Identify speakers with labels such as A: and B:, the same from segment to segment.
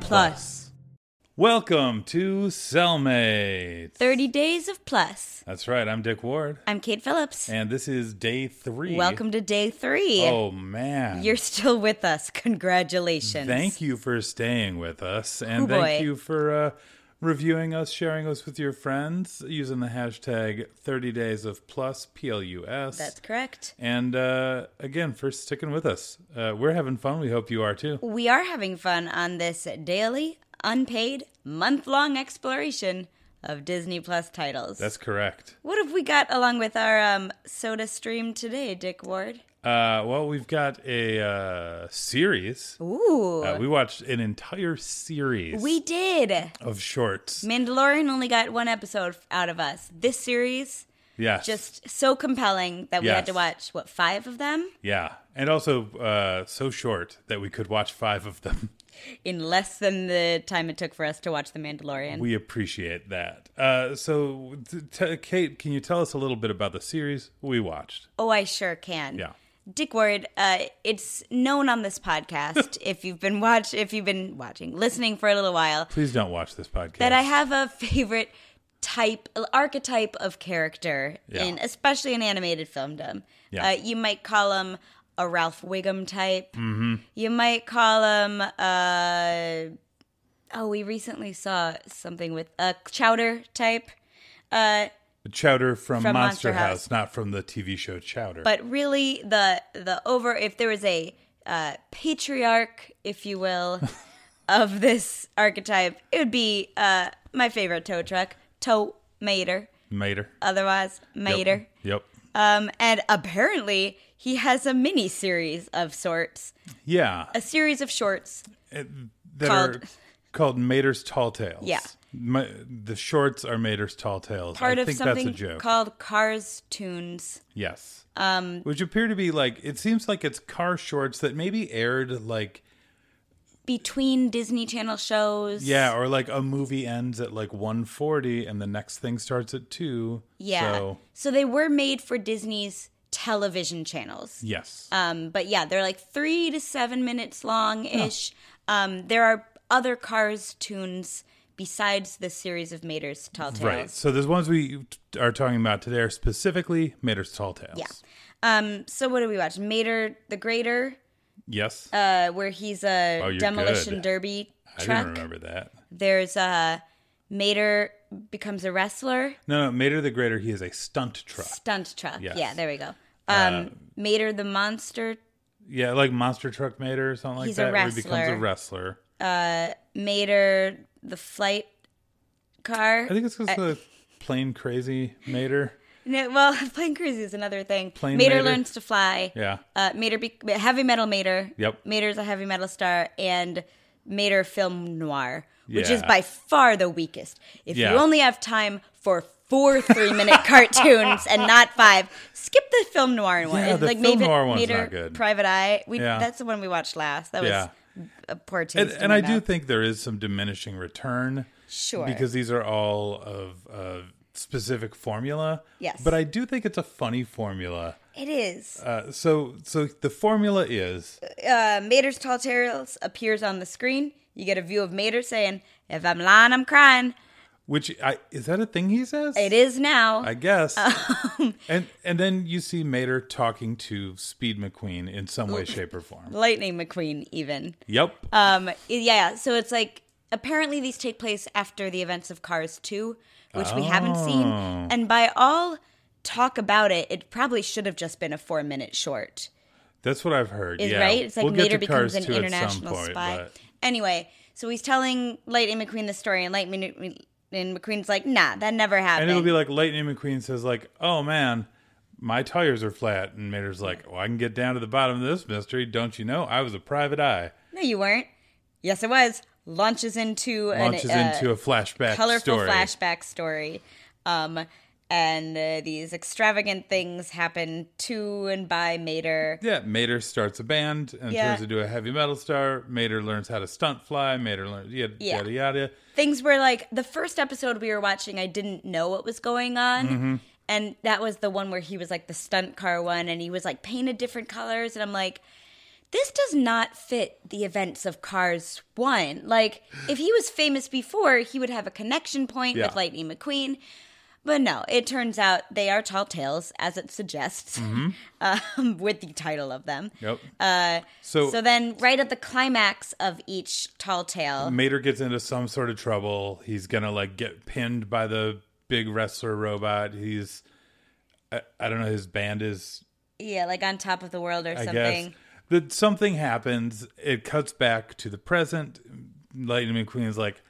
A: Plus.
B: Welcome to Cellmates.
A: 30 Days of Plus.
B: That's right. I'm Dick Ward,
A: I'm Kate Phillips.
B: and this is day three.
A: Welcome to day three.
B: Oh man,
A: You're still with us. Congratulations.
B: Thank you for staying with us, and
A: Oh,
B: thank
A: boy.
B: you for uh, reviewing us, sharing us with your friends using the hashtag 30 Days of Plus PLUS.
A: That's correct.
B: and uh, again, for sticking with us. Uh, we're having fun. We hope you are too.
A: We are having fun on this daily, unpaid, month long exploration of Disney Plus titles.
B: That's correct.
A: what have we got along with our um, soda stream today, Dick Ward?
B: Uh, well, we've got a uh, series.
A: Ooh.
B: Uh, we watched an entire series
A: we did.
B: of shorts.
A: Mandalorian only got one episode out of us. This series,
B: Yes.
A: just so compelling that we had
B: Yes.
A: to watch, what, five of them?
B: yeah, and also uh, so short that we could watch five of them.
A: in less than the time it took for us to watch The Mandalorian.
B: We appreciate that. Uh, so, t- t- Kate, can you tell us a little bit about the series we watched?
A: oh, I sure can.
B: Yeah.
A: Dick Ward, uh, it's known on this podcast if you've been watch if you've been watching, listening for a little while,
B: Please don't watch this podcast.
A: that I have a favorite type archetype of character
B: Yeah.
A: in especially in animated filmdom.
B: Yeah.
A: Uh, you might call him a Ralph Wiggum type.
B: Mm-hmm.
A: You might call him uh oh, we recently saw something with a chowder type. Uh
B: Chowder from,
A: From
B: Monster,
A: Monster
B: House,
A: House.
B: not from the TV show Chowder.
A: but really the the over if there was a uh, patriarch if you will of this archetype it would be uh, my favorite tow truck tow mater
B: Mater.
A: otherwise mater
B: Yep.
A: um, and apparently he has a mini series of sorts
B: Yeah.
A: a series of shorts
B: That are
A: called-
B: called Mater's Tall Tales.
A: Yeah.
B: Ma- the shorts are Mater's Tall Tales.
A: part
B: I
A: of
B: think
A: something
B: that's a joke.
A: called cars tunes
B: Yes. Um, Which appear to be like it seems like it's car shorts that maybe aired like
A: between disney channel shows
B: yeah, or like a movie ends at like one forty and the next thing starts at two.
A: yeah
B: So
A: so they were made for disney's television channels
B: yes.
A: Um, but yeah, they're like three to seven minutes long ish. Um, there are other Cars tunes besides the series of Mater's Tall Tales.
B: right. So those ones we t- are talking about today are specifically Mater's Tall Tales.
A: Yeah. Um, so what do we watch? Mater the Greater,
B: Yes.
A: uh, where he's a
B: Oh, you're
A: demolition
B: good.
A: derby
B: I
A: truck.
B: didn't remember that.
A: There's uh, Mater becomes a wrestler,
B: No, no, Mater the Greater, he is a stunt truck.
A: stunt truck.
B: Yes. Uh,
A: Yeah, there we go. Um, Mater the monster,
B: Yeah, like monster truck Mater or something like
A: He's a
B: that. where he becomes a
A: wrestler.
B: wrestler.
A: Mater the flight car.
B: I think it's because the plain crazy Mater.
A: No, well, plane crazy is another thing.
B: Plane
A: Mater,
B: Mater.
A: learns to fly.
B: Yeah.
A: Uh, Mater, be- heavy metal Mater.
B: Yep.
A: Mater's a heavy metal star, and Mater film noir, which is
B: Yeah.
A: by far the weakest. If
B: Yeah.
A: you only have time for four three minute cartoons and not five, skip the film noir one.
B: Yeah, the film noir one's not good.
A: Private Eye. We
B: Yeah.
A: that's the one we watched last. That was
B: Yeah.
A: a poor taste.
B: and,
A: in
B: and
A: my
B: I do
A: mouth.
B: think there is some diminishing return.
A: Sure.
B: Because these are all of a specific formula.
A: Yes.
B: But I do think it's a funny formula.
A: it is.
B: Uh, so, so the formula is
A: uh, Mater's Tall Tales appears on the screen. You get a view of Mater saying, If I'm lying, I'm crying.
B: which I, is that a thing he says?
A: It is Um, now.
B: I guess. and and then you see Mater talking to Speed McQueen in some way, shape, or form.
A: Lightning McQueen, even.
B: Yep.
A: Um, yeah, so it's like apparently these take place after the events of Cars 2, which we haven't seen.
B: Oh.
A: And by all talk about it, it probably should have just been a four minute short.
B: That's what I've heard.
A: is
B: yeah.
A: right. It's like
B: we'll
A: Mater
B: get to
A: becomes
B: Cars
A: an
B: 2 at some
A: international
B: point,
A: spy.
B: but-
A: Anyway, so he's telling Lightning McQueen the story, and Lightning and McQueen's like, Nah, that never happened.
B: And it'll be like Lightning McQueen says, like, "Oh man, my tires are flat," and Mater's like, "Well, I can get down to the bottom of this mystery, don't you know? I was a private eye."
A: No, you weren't. Yes, it was. Launches into an,
B: Launches
A: uh,
B: into a flashback
A: colorful
B: story.
A: flashback story, um, and uh, these extravagant things happen to and by Mater.
B: Yeah, Mater starts a band and
A: Yeah.
B: turns into a heavy metal star. Mater learns how to stunt fly. Mater learns yada
A: Yeah.
B: yada yada.
A: Things were like the first episode we were watching. I didn't know what was going on.
B: Mm-hmm.
A: And that was the one where he was like the stunt car one, and he was like painted different colors, and I'm like, this does not fit the events of Cars 1. Like, if he was famous before, he would have a connection point
B: Yeah.
A: with Lightning McQueen. But no, it turns out they are tall tales, as it suggests, um, with the title of them.
B: Mm-hmm. Yep.
A: Uh,
B: So-
A: so, then, right at the climax of each tall tale,
B: Mater gets into some sort of trouble. He's gonna like get pinned by the big wrestler robot. He's I, I don't know his band is
A: yeah, like on top of the world or
B: I
A: something.
B: guess that something happens. It cuts back to the present. Lightning McQueen's like,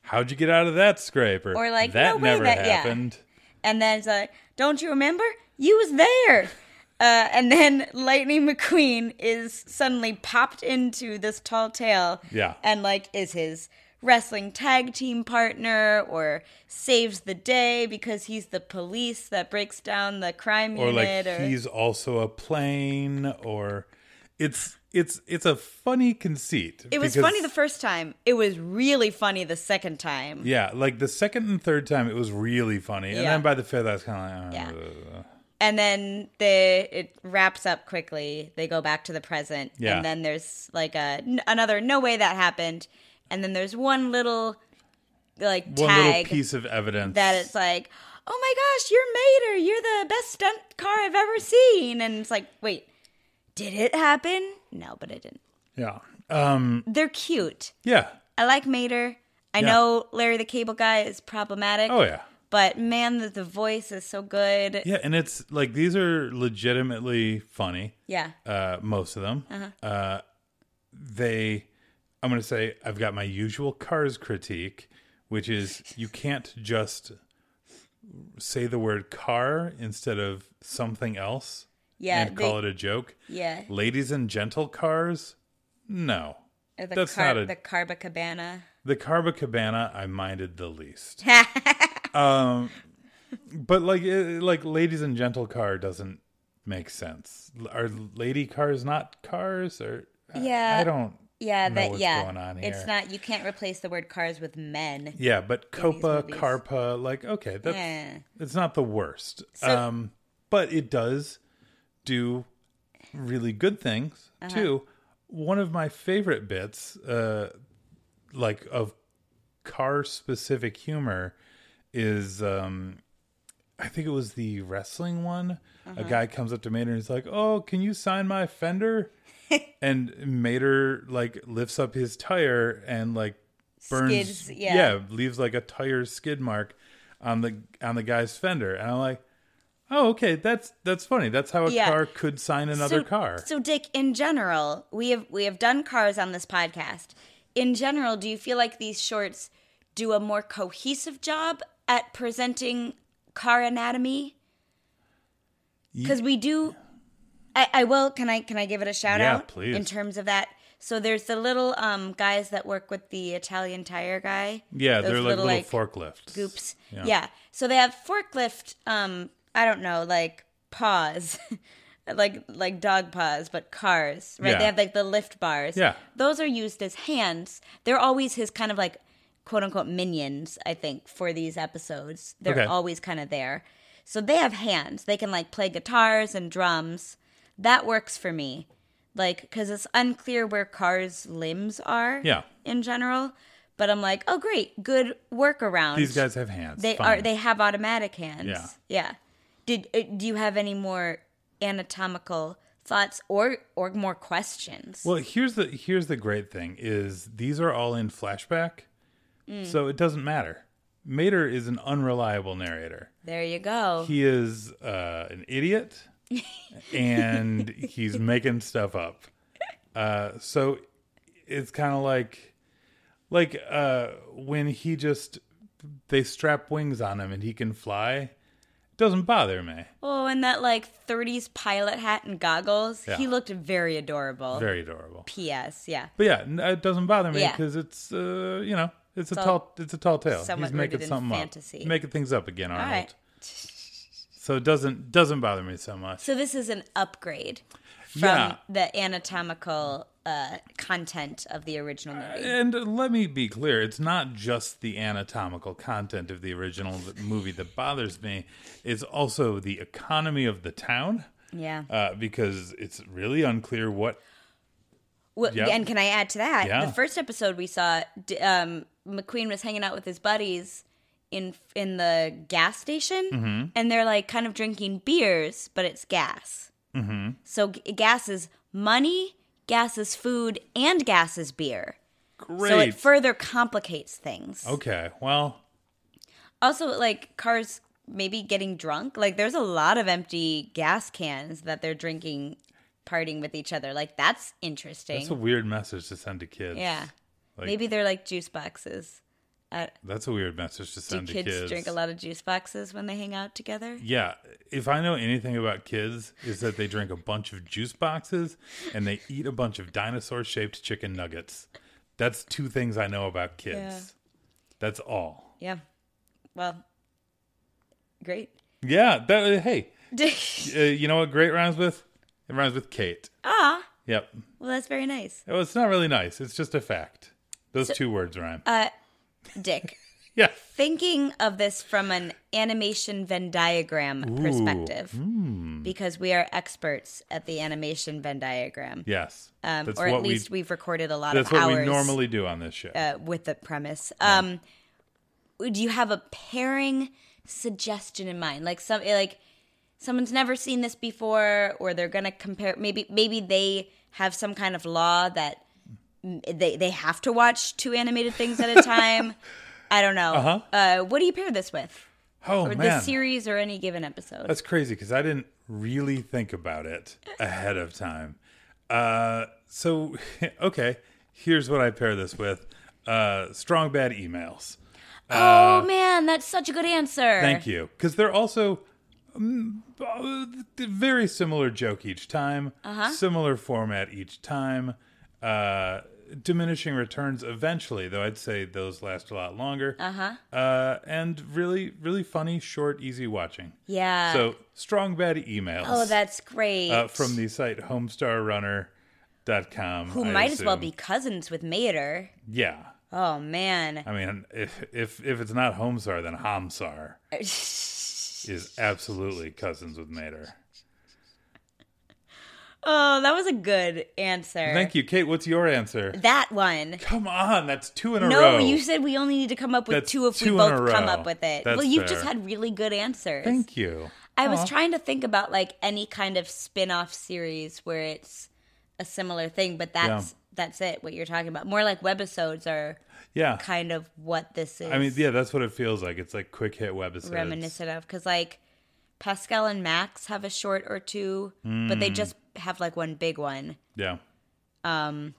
B: "How'd you get out of that scrape?"
A: Or like,
B: that
A: "No way
B: never
A: that- yeah."
B: happened.
A: And then it's like, don't you remember? You was there. Uh, and then Lightning McQueen is suddenly popped into this tall tale.
B: Yeah.
A: And like is his wrestling tag team partner or saves the day because he's the police that breaks down the crime
B: Or like
A: unit or
B: he's also a plane. Or it's it's it's a funny conceit.
A: it was funny the first time. It was really funny the second time.
B: yeah, like the second and third time, it was really funny, and
A: Yeah.
B: then by the fifth, I was kind of like, "Uh,
A: Yeah.
B: "Ugh."
A: and then they it wraps up quickly. They go back to the present,
B: Yeah.
A: and then there's like a n- another no way that happened, and then there's one little like
B: one little
A: tag
B: piece of evidence
A: that it's like, oh my gosh, you're Mater, you're the best stunt car I've ever seen, and it's like, wait, did it happen? No, but it didn't.
B: yeah um
A: They're cute.
B: yeah
A: I like Mater. I
B: Yeah.
A: know Larry the Cable Guy is problematic.
B: oh yeah
A: But man, the, the voice is so good.
B: yeah and it's like these are legitimately funny
A: yeah.
B: uh most of them uh
A: Uh-huh.
B: they i'm gonna say i've got my usual cars critique which is you can't just say the word car instead of something else
A: Yeah,
B: and call
A: they-
B: it a joke
A: Yeah.
B: ladies and gentle cars no
A: Or the
B: That's
A: car,
B: not a-
A: the Carba Cabana.
B: The Carba Cabana, I minded the least. um, but like, it, like, ladies and gentle car doesn't make sense. L- Are lady cars not cars? Or I-
A: Yeah.
B: I don't.
A: Yeah,
B: know
A: that
B: what's
A: yeah.
B: going on
A: It's
B: here.
A: not you can't replace the word cars with men.
B: Yeah, but Copa,
A: movies.
B: Carpa, like, okay, that's
A: Yeah.
B: it's not the worst.
A: So-
B: um, but it does do really good things
A: Uh-huh.
B: too. One of my favorite bits, uh, like of car specific humor, is um, I think it was the wrestling one.
A: Uh-huh.
B: A guy comes up to Mater and he's like, "Oh, can you sign my fender?" and Mater like lifts up his tire and like burns,
A: Skids, yeah.
B: leaves like a tire skid mark on the on the guy's fender. And I'm like, "Oh, okay, that's that's funny. That's how a
A: Yeah.
B: car could sign another
A: so,
B: car."
A: So Dick, in general, we have we have done cars on this podcast. In general, do you feel like these shorts do a more cohesive job at presenting car anatomy? Because we do I, I will can I can I give it a shout
B: Yeah,
A: out
B: please.
A: in terms of that. So there's the little um, guys that work with the Italian tire guy.
B: yeah,
A: Those
B: they're like little, forklifts.
A: scoops.
B: Yeah.
A: Yeah. So they have forklift um I don't know, like paws. like like dog paws, but cars, right?
B: Yeah.
A: They have like the lift bars.
B: Yeah.
A: Those are used as hands. They're always his kind of like quote unquote minions, I think, for these episodes. They're
B: Okay.
A: always kind of there. So they have hands. They can like play guitars and drums. That works for me. Like, because it's unclear where cars' limbs are
B: Yeah.
A: in general. But I'm like, oh, great, good workaround.
B: These guys have hands.
A: they
B: Fine.
A: are they have automatic hands.
B: Yeah.
A: yeah. Did uh, do you have any more anatomical thoughts or or more questions?
B: Well, here's the here's the great thing is these are all in flashback,
A: Mm.
B: so it doesn't matter. Mater is an unreliable narrator.
A: there you go.
B: He is uh, an idiot, and he's making stuff up. Uh, so it's kind of like like uh, when he just they strap wings on him and he can fly. doesn't bother me.
A: oh, and that like 30s pilot hat and goggles.
B: Yeah.
A: He looked very adorable.
B: Very adorable.
A: P.S. Yeah.
B: But yeah, n- it doesn't bother me
A: Yeah.
B: because it's uh, you know it's a
A: all
B: tall it's a tall tale.
A: somewhat
B: He's making
A: rooted in
B: something
A: fantasy.
B: up, making things up again,
A: All
B: Arnold.
A: right.
B: So it doesn't doesn't bother me so much.
A: So this is an upgrade from
B: Yeah.
A: the anatomical uh, content of the original movie.
B: And let me be clear, it's not just the anatomical content of the original th- movie that bothers me. It's also the economy of the town
A: yeah.
B: uh, because it's really unclear what
A: Well,
B: Yep.
A: And can I add to that?
B: Yeah.
A: The first episode we saw, d- um, McQueen was hanging out with his buddies in in the gas station,
B: Mm-hmm.
A: and they're like kind of drinking beers, but it's gas. Mm-hmm. So g- gas is money, gas is food, and gas is beer.
B: Great.
A: So it further complicates things.
B: okay. Well,
A: Also, like cars maybe getting drunk. Like there's a lot of empty gas cans that they're drinking, partying with each other. Like that's interesting.
B: that's a weird message to send to kids.
A: yeah.
B: Like,
A: Maybe they're like juice boxes. Uh,
B: that's a weird message
A: Do
B: to send
A: kids,
B: to kids.
A: drink a lot of juice boxes when they hang out together?
B: Yeah, if I know anything about kids, is that they drink a bunch of juice boxes and they eat a bunch of dinosaur-shaped chicken nuggets. That's two things I know about kids.
A: Yeah.
B: That's all.
A: Yeah. Well, great.
B: Yeah. That. Hey, uh, you know what? Great rhymes with. It rhymes with Kate.
A: ah,
B: Yep.
A: well, that's very nice.
B: Well, it's not really nice. It's just a fact. Those two words rhyme.
A: uh, Dick,
B: yeah.
A: thinking of this from an animation Venn diagram perspective,
B: Hmm.
A: because we are experts at the animation Venn diagram,
B: Yes.
A: um, or at least we, have recorded a lot
B: That's
A: of
B: what
A: hours
B: we normally do on this show.
A: uh, with the premise. Um, do you have a pairing suggestion in mind? Like some eh, like someone's never seen this before, or they're gonna compare. Maybe maybe they have some kind of law that m- they they have to watch two animated things at a time. I don't know. uh what do you pair this with?
B: oh
A: Or
B: Uh-huh. man. Uh,
A: the series or any given episode?
B: That's crazy because I didn't really think about it ahead of time. Uh, so, okay, here's what I pair this with uh, strong bad emails.
A: oh man, that's such a good answer.
B: Thank you. Because they're also mm, uh, very similar joke each time,
A: Uh-huh.
B: similar format each time, uh, diminishing returns eventually, though I'd say those last a lot longer. Uh-huh. And really, really funny, short, easy watching.
A: Yeah.
B: So, strong bad emails
A: Uh, oh, that's great.
B: uh, from the site homestarrunner.com.
A: Who
B: I
A: might as well be
B: assume.
A: cousins with Mater.
B: Yeah.
A: Oh man.
B: I mean, if if if it's not Homestar, then Homsar is absolutely cousins with Mater.
A: Oh, that was a good answer.
B: Thank you, Kate. What's your answer?
A: That one.
B: Come on, that's two in a
A: No,
B: row.
A: you said we only need to come up with
B: That's
A: two if
B: two
A: we
B: in a
A: both come
B: row.
A: up with it.
B: That's
A: well, you've just
B: fair.
A: had really good answers.
B: Thank you.
A: I was
B: Aw.
A: trying to think about like any kind of spin-off series where it's a similar thing, but that's that's it what you're talking about. More like webisodes are
B: Yeah,
A: kind of what this is
B: I mean, yeah, that's what it feels like. It's like quick hit webisodes.
A: reminiscent of cuz like Pascal and Max have a short or two, but
B: Hmm.
A: they just have like one big one.
B: Yeah. Um.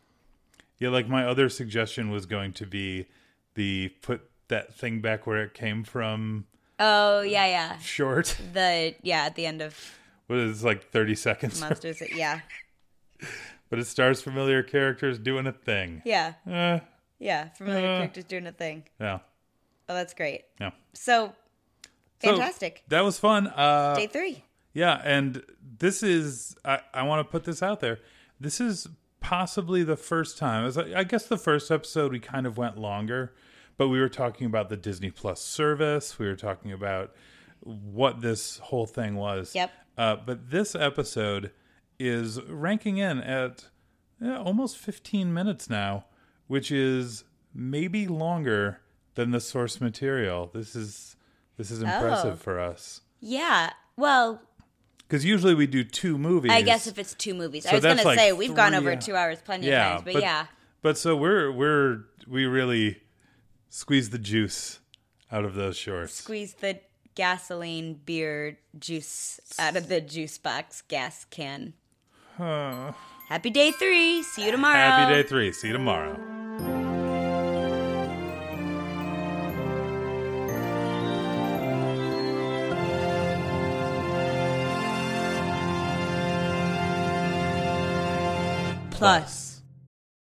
B: Yeah, like my other suggestion was going to be the put that thing back where it came from
A: Oh, yeah, yeah.
B: short.
A: The yeah, at the end of
B: What is this, like thirty seconds?
A: monsters. Yeah,
B: But it stars familiar characters doing a thing.
A: yeah,
B: Yeah.
A: yeah. Familiar
B: Eh.
A: characters doing a thing.
B: yeah.
A: Oh, that's great.
B: yeah.
A: So
B: So,
A: fantastic.
B: that was fun. Uh,
A: Day three.
B: yeah. And this is, I, I want to put this out there. This is possibly the first time. It was, I guess the first episode we kind of went longer, but we were talking about the Disney Plus service. We were talking about what this whole thing was.
A: Yep.
B: Uh, but this episode is ranking in at yeah, almost 15 minutes now, which is maybe longer than the source material. This is this is impressive
A: Oh.
B: for us
A: Yeah. Well,
B: because usually we do two movies.
A: I guess if it's two movies, I
B: So
A: was gonna
B: that's like
A: say we've gone
B: three-
A: over two hours plenty of times, but, yeah,
B: but so we're we're we really squeeze the juice out of those shorts.
A: squeeze the gasoline, beer, juice out of the juice box gas can. Happy day three. See you tomorrow.
B: Happy day three. See you tomorrow.
A: Plus.